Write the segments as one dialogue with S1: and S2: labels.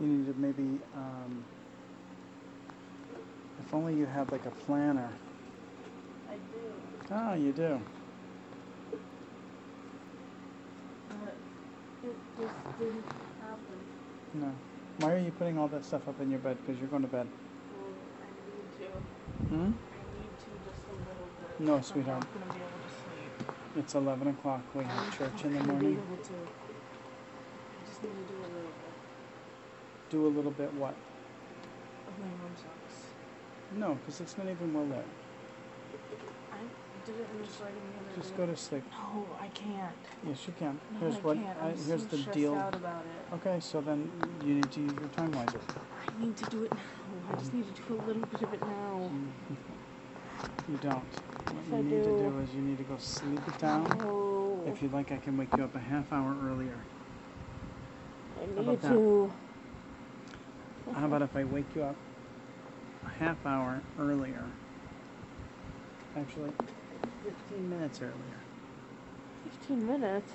S1: you need to maybe, um, if only you had like a planner.
S2: I do.
S1: Ah, you do.
S2: But it just didn't happen.
S1: No. Why are you putting all that stuff up in your bed? Because you're going to bed.
S2: Well, I need to.
S1: Hmm?
S2: I need to just a little bit.
S1: No, sweetheart.
S2: I'm not gonna be able to sleep.
S1: It's 11 o'clock. We have church in the
S2: Um, I'm
S1: morning.
S2: able to. I just need to do a little bit
S1: Do a little bit what?
S2: of my mom's socks.
S1: No, because it's not even well lit.
S2: I did it in the starting the other
S1: Just
S2: day.
S1: go to sleep.
S2: No, I can't.
S1: Yes, you can.
S2: No,
S1: Here's
S2: I
S1: what.
S2: can't.
S1: I,
S2: I'm
S1: here's
S2: so
S1: the
S2: stressed
S1: deal.
S2: out about it.
S1: Okay, so then you need to use your time wiser.
S2: I need to do it now. I just need to do a little bit of it now.
S1: You don't. What
S2: Yes,
S1: you
S2: Mm-hmm. I
S1: need to
S2: do.
S1: do is you need to go sleep it down.
S2: No.
S1: If you'd like, I can wake you up a half hour earlier.
S2: I
S1: about
S2: need
S1: that?
S2: to.
S1: How about if I wake you up a half hour earlier? Actually, 15 minutes earlier.
S2: 15 minutes?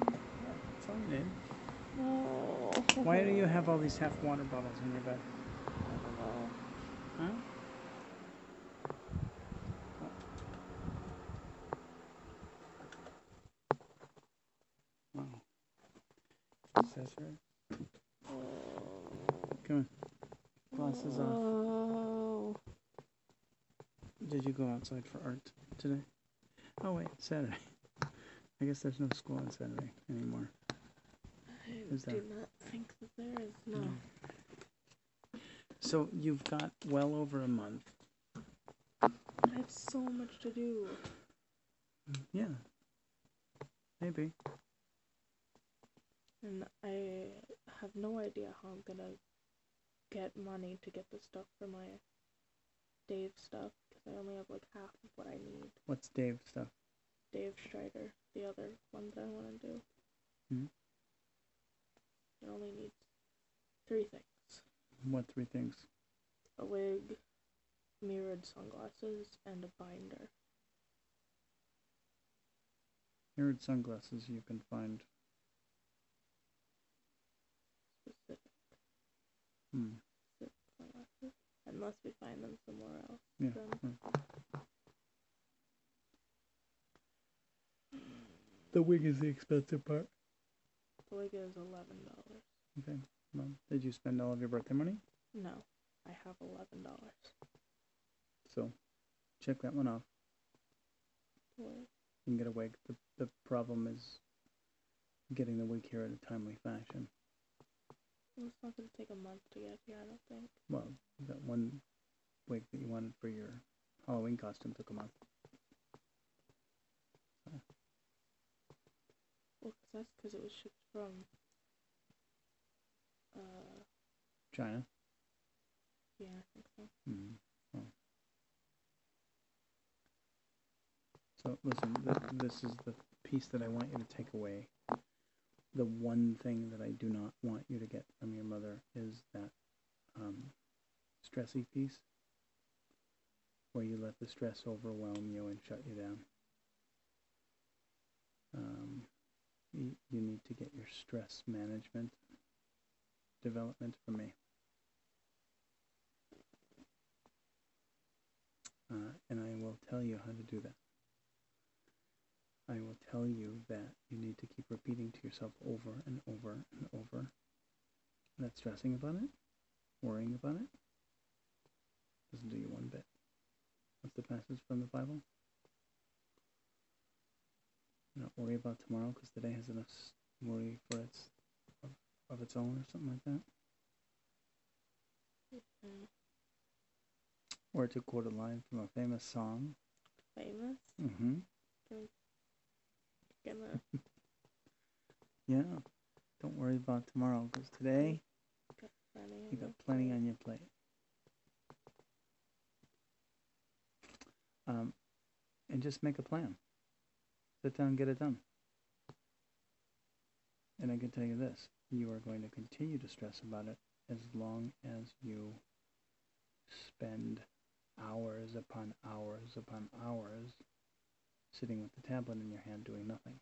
S1: That's all you need.
S2: No.
S1: Why do you have all these half water bottles in your bed?
S2: I don't know.
S1: Huh? Wow. Says her. Come on. Glasses off.
S2: Oh.
S1: Did you go outside for art today? Oh wait, Saturday. I guess there's no school on Saturday anymore.
S2: I
S1: Is
S2: do not think that there is. No.
S1: So you've got well over a month.
S2: I have so much to do.
S1: Yeah. Maybe.
S2: And I have no idea how I'm gonna get money to get the stuff for my Dave stuff. Because I only have like half of what I need.
S1: What's Dave stuff?
S2: Dave Strider, the other one that I want to do.
S1: Hmm.
S2: It only needs three things
S1: What three things?
S2: a wig, mirrored sunglasses, and a binder.
S1: Mirrored sunglasses you can find.
S2: Specific
S1: Hmm.
S2: sunglasses. Unless we find them somewhere else.
S1: Yeah.
S2: Then
S1: The wig is the expensive part.
S2: the wig is eleven dollars.
S1: Okay. Well, did you spend all of your birthday money?
S2: No, I have eleven dollars.
S1: So, check that one off. You can get a wig. The, the problem is getting the wig here in a timely fashion.
S2: It's not gonna take a month to get here. I don't think.
S1: Well, that one wig that you wanted for your Halloween costume took a month.
S2: Well, 'cause that's because it was shipped from uh
S1: China.
S2: Yeah, I think so.
S1: mm Oh. So listen, th- this is the piece that I want you to take away. The one thing that I do not want you to get from your mother is that um, stressy piece where you let the stress overwhelm you and shut you down. Um, you, you need to get your stress management development from me. uh, and I will tell you how to do that. I will tell you that you need to keep repeating to yourself over and over and over that stressing about it, worrying about it, doesn't do you one bit. What's the passage from the Bible? Not worry about tomorrow because today has enough s- worry for its of, of its own or something like that.
S2: Mm,
S1: Or to quote a line from a famous song.
S2: famous.
S1: Mm-hmm.
S2: Gonna
S1: Yeah. Don't worry about tomorrow because today
S2: got plenty.
S1: you
S2: on
S1: got
S2: my
S1: plenty
S2: plate.
S1: on your plate. Um, and just make a plan. Sit down and get it done. And I can tell you this you are going to continue to stress about it as long as you spend hours upon hours upon hours sitting with the tablet in your hand doing nothing.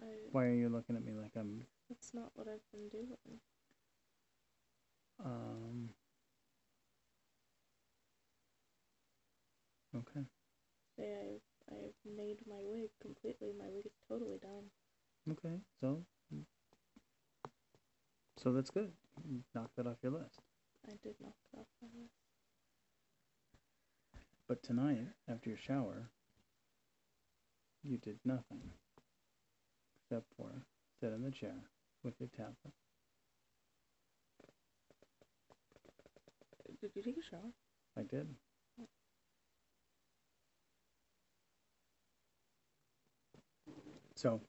S2: I,
S1: Why are you looking at me like I'm
S2: that's not what I've been doing.
S1: um Okay.
S2: Say I've, I've made my wig completely. My wig is totally done.
S1: Okay. So So that's good. You Knock that off your list.
S2: I did knock it off my list.
S1: But tonight, after your shower, you did nothing except for sit in the chair with your tablet.
S2: Did you take a shower?
S1: I did. So,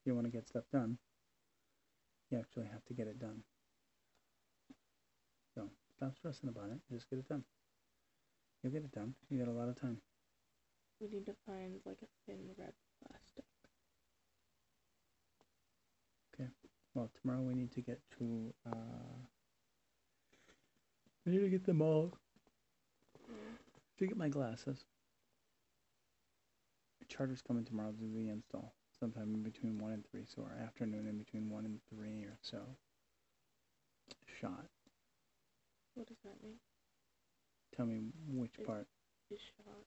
S1: if you want to get stuff done, you actually have to get it done. So, stop stressing about it. Just get it done. You'll get it done. You got a lot of time.
S2: We need to find like a thin red plastic.
S1: Well, tomorrow we need to get to. Uh, I need to get them all. Mm-hmm. To get my glasses. Charter's coming tomorrow to do the install, sometime in between one and three, so our afternoon in between one and three or so. Shot.
S2: What does that mean?
S1: Tell me which
S2: It-
S1: part.
S2: Is shot.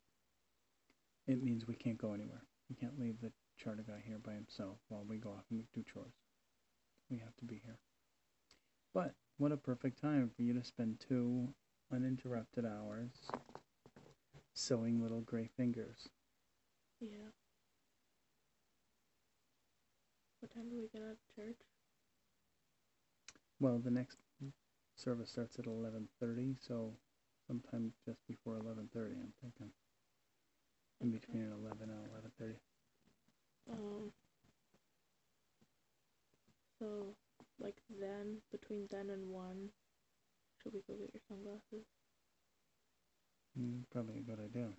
S1: It means we can't go anywhere. We can't leave the charter guy here by himself while we go off and do chores. We have to be here. But what a perfect time for you to spend two uninterrupted hours sewing little gray fingers.
S2: Yeah. What time do we get out of church?
S1: Well, the next service starts at 11:30, so sometime just before 11:30, I'm thinking. In between an 11 and 11:30.
S2: Um. So, like then, between then and one, should we go get your sunglasses?
S1: Mm, probably a good idea.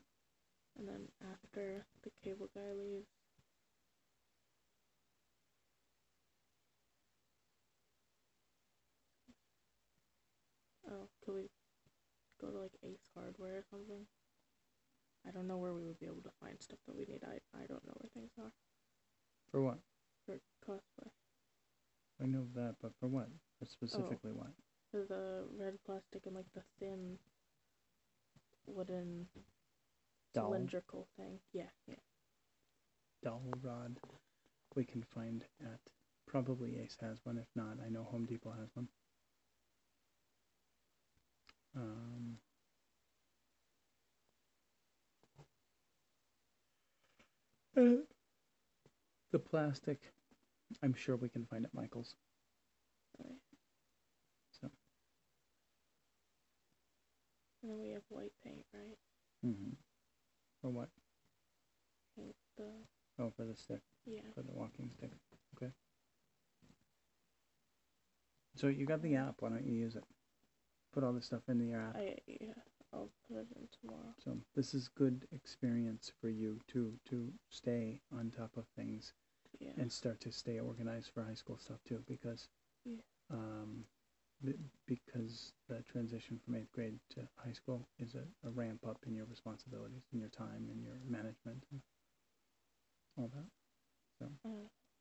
S2: And then after the cable guy leaves, oh, could we go to like Ace Hardware or something? I don't know where we would be able to find stuff that we need. I I don't know where things are
S1: For what?
S2: for cosplay.
S1: I know that, but for what? For specifically what?
S2: For the red plastic and like the thin wooden
S1: Doll?
S2: cylindrical thing. Yeah, yeah.
S1: dowel rod we can find at probably Ace has one. If not, I know Home Depot has one. Um, uh, the plastic, I'm sure we can find at Michael's.
S2: Alright.
S1: So.
S2: And then we have white paint, right?
S1: Mm-hmm. Or what?
S2: Paint the
S1: Oh, for the stick,
S2: yeah.
S1: for the walking stick. Okay. So you got the app. Why don't you use it? Put all this stuff in the app.
S2: I yeah, I'll put it in tomorrow.
S1: So this is good experience for you to to stay on top of things
S2: Yeah.
S1: and start to stay organized for high school stuff too, because
S2: Yeah.
S1: um, b- because the transition from eighth grade to high school is a, a ramp up in your responsibilities and your time and your management and all that.
S2: uh,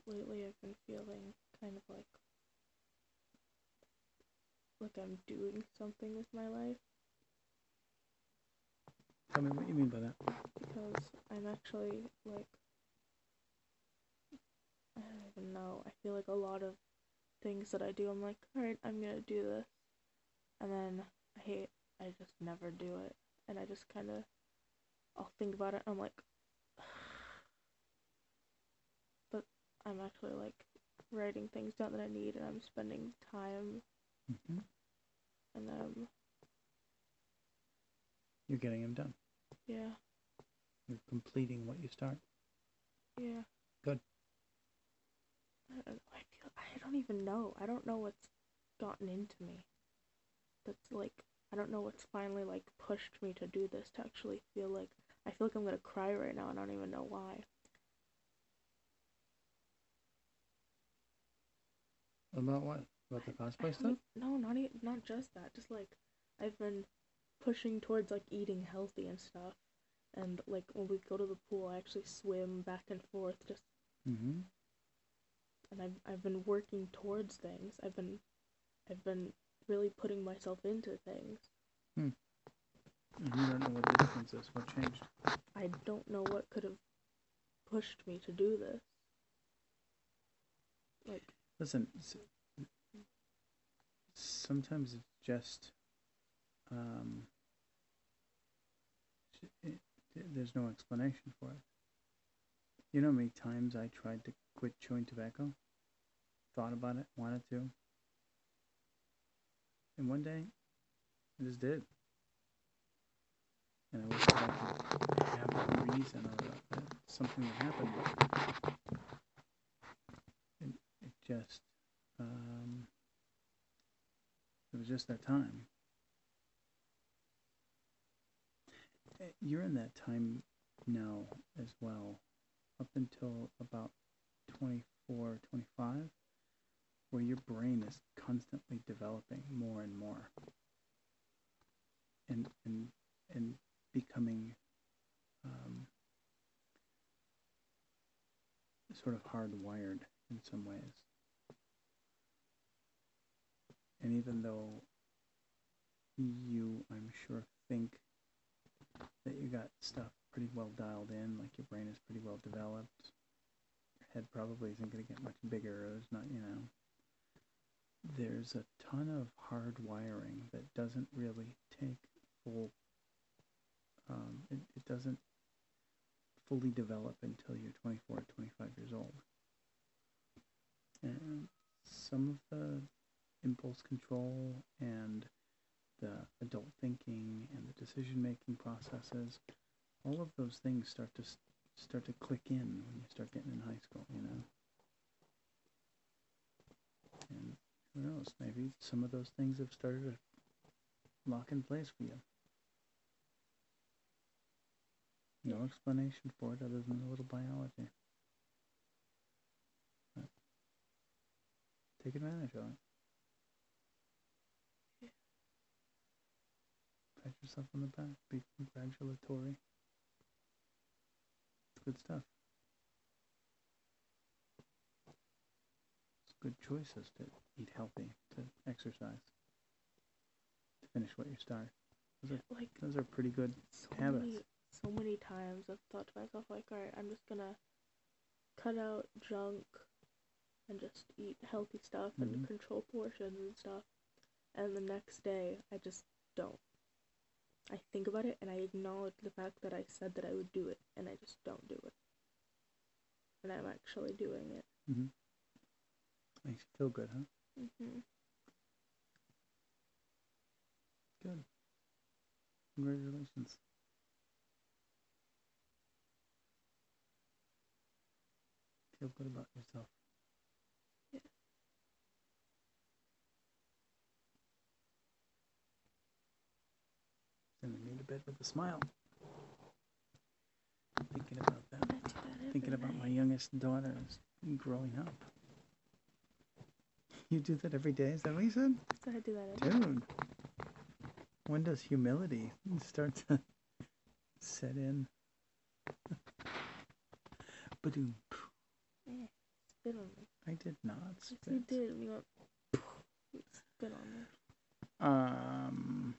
S2: lately I've been feeling kind of like like I'm doing something with my life
S1: Tell me what you mean by that.
S2: because I'm actually like I don't even know. I feel like a lot of things that I do, I'm like, all right, I'm gonna do this, and then I hate. I just never do it, and I just kind of I'll think about it. I'm like, but I'm actually like writing things down that I need, and I'm spending time,
S1: hmm
S2: and um,
S1: You're getting them done.
S2: yeah,
S1: You're completing what you start.
S2: yeah.
S1: Good.
S2: I don't know. I feel I don't even know. I don't know what's gotten into me. That's like I don't know what's finally like pushed me to do this to actually feel like I feel like I'm gonna cry right now and I don't even know why.
S1: About what? About the
S2: I
S1: cosplay
S2: don't
S1: stuff?
S2: e- no, not e- not just that. Just like I've been pushing towards like eating healthy and stuff. And like when we go to the pool, I actually swim back and forth just
S1: Mm-hmm.
S2: and I've I've been working towards things. I've been I've been really putting myself into things.
S1: And Mm-hmm. you don't know what the difference is, what changed.
S2: I don't know what could have pushed me to do this. Like
S1: Listen, s- sometimes it's just um, j- it, th- there's no explanation for it. You know how many times I tried to quit chewing tobacco, thought about it, wanted to, and one day I just did. And I wish that I could have a reason or uh, something that happened, but it just um, it was just that time Eh, you're in that time now as well up until about 24 25 where your brain is constantly developing more and more and and and becoming um, sort of hardwired in some ways. And even though you, I'm sure, think that you got stuff pretty well dialed in, like your brain is pretty well developed, your head probably isn't going to get much bigger, there's not, you know, there's a ton of hard wiring that doesn't really take full, um, it, it doesn't fully develop until you're 24 or 25 years old. And some of the impulse control and the adult thinking and the decision making processes, all of those things start to s- start to click in when you start getting in high school, you know. And who knows, maybe some of those things have started to lock in place for you. No explanation for it other than a little biology. But take advantage of it.
S2: Yeah.
S1: Pat yourself on the back. Be congratulatory. It's good stuff. It's good choices to eat healthy, to exercise, to finish what you start.
S2: like
S1: Those are pretty good
S2: so
S1: habits.
S2: many so many times I've thought to myself like, alright, I'm just gonna cut out junk and just eat healthy stuff
S1: Mhm.
S2: and control portions and stuff. And the next day I just don't. I think about it and I acknowledge the fact that I said that I would do it and I just don't do it. And I'm actually doing it.
S1: Makes you feel good, huh?
S2: hmm
S1: Good. Congratulations. Feel good about yourself.
S2: Yeah.
S1: Sending me to bed with a smile. Thinking about that. Thinking about my youngest daughter is growing up. You do that every day, is that what you said?
S2: I do that every-
S1: Dude, when does humility start to set in? But
S2: spit on me.
S1: I did not
S2: Yes, you
S1: spit.
S2: did and you went you spit on me.
S1: Um,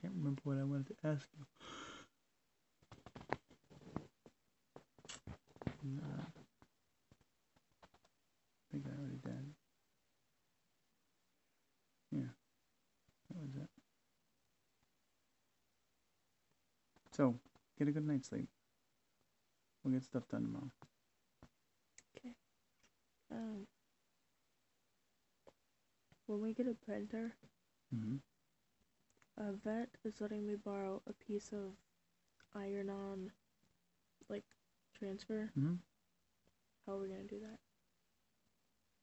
S1: can't remember what I wanted to ask you. No, I think I already did. Yeah, that was it. So, get a good night's sleep. We'll get stuff done tomorrow.
S2: Um, when we get a printer,
S1: Mm-hmm.
S2: uh, Vet is letting me borrow a piece of iron-on, like, transfer.
S1: Mm-hmm.
S2: How are we gonna do that?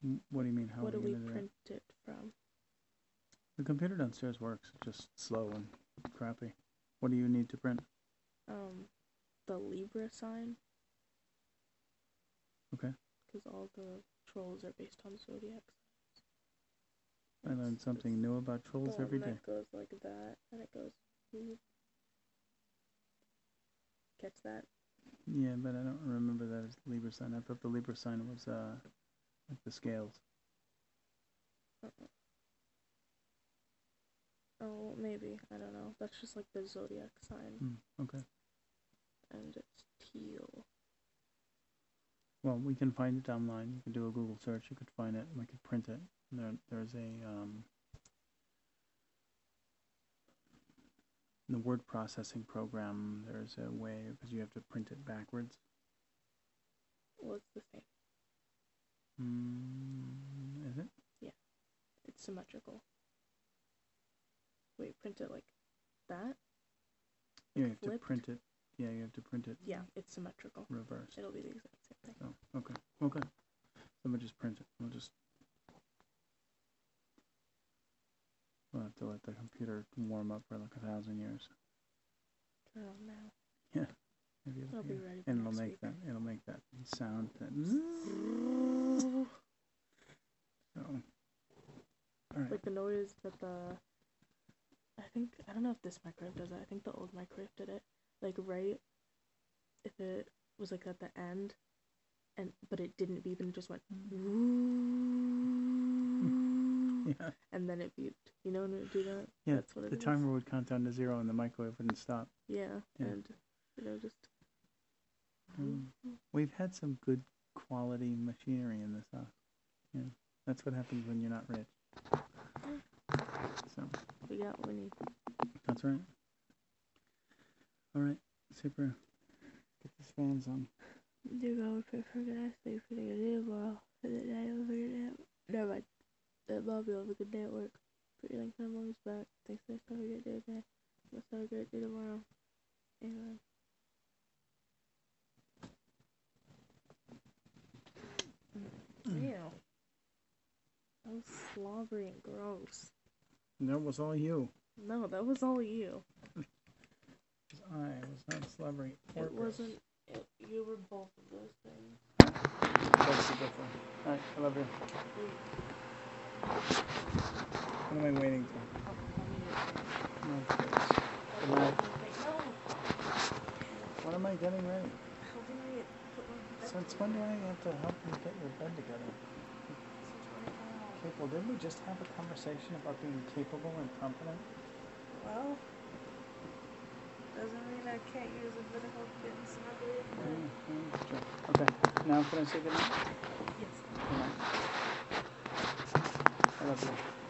S1: Mm-hmm. What do you mean? How
S2: what
S1: are
S2: do we
S1: gonna do that?
S2: print it from?
S1: The computer downstairs works, it's just slow and crappy. What do you need to print?
S2: Um, the Libra sign.
S1: Okay.
S2: Because all the trolls are based on zodiacs.
S1: I learned
S2: It's-
S1: something new about
S2: it's
S1: trolls
S2: the
S1: every
S2: one
S1: day.
S2: That goes like that, and it goes. Catch that?
S1: Yeah, but I don't remember that as Libra sign. I thought the Libra sign was uh like the scales.
S2: Oh, maybe. I don't know. That's just like the zodiac sign,
S1: Hmm, okay.
S2: and it's teal.
S1: Well, we can find it online. You can do a Google search. You could find it. We could print it. There, there's a um, the word processing program. There's a way because you have to print it backwards.
S2: Well, it's the same.
S1: Mm, is it?
S2: It's symmetrical. Wait, print it like that?
S1: Yeah, you have
S2: flipped?
S1: to print it. Yeah, you have to print it
S2: Yeah, it's symmetrical.
S1: reversed.
S2: It'll be the exact same thing.
S1: Oh, okay, okay. Let me just print it. We'll just. We'll have to let the computer warm up for like a thousand years.
S2: Turn it on now.
S1: Maybe it'll
S2: It'll
S1: be
S2: Oh, be ready for
S1: and it'll
S2: next
S1: make
S2: week.
S1: that it'll make that sound. That so. All right.
S2: like the noise that the I think I don't know if this microwave does it. I think the old microwave did it. Like right if it was like at the end and but it didn't beep and it just went
S1: Yeah.
S2: and then it beeped. You know when it would do that?
S1: Yeah,
S2: That's what it
S1: The
S2: is.
S1: timer would count down to zero, and the microwave wouldn't stop.
S2: Yeah.
S1: Yeah.
S2: And you know just
S1: Um, We've had some good quality machinery in this house. Yeah. That's what happens when you're not rich. So.
S2: we got what we need.
S1: That's right. All right, super. Get these fans on.
S2: Dear God, we pray for good night, sleep for the good day tomorrow, for the day of a good day. Never mind. I love you, have a good day at work. Put your link on mom's back. Thanks, thanks, have a great day today. Let's have a great day tomorrow. Amen.
S1: Mm.
S2: Ew. That was slobbery and gross.
S1: That was all you.
S2: No, that was all you.
S1: 'Cause I was not slobbering. or
S2: It
S1: gross.
S2: wasn't. It, you were both of those things.
S1: That's the difference. All right, I love you.
S2: You
S1: What am I waiting for?
S2: were both of
S1: No, please.
S2: those
S1: Good night.
S2: things. No.
S1: What am I getting ready?
S2: How do I put my bed
S1: Since when do I have to help you get your bed together? Capable? Didn't we just have a conversation about being capable and competent?
S2: Well, doesn't mean I can't use a bit of help getting snuggly in
S1: Yeah,
S2: bed.
S1: yeah, that's true. Okay, now can I say goodnight?
S2: Yes.
S1: Goodnight. I love you.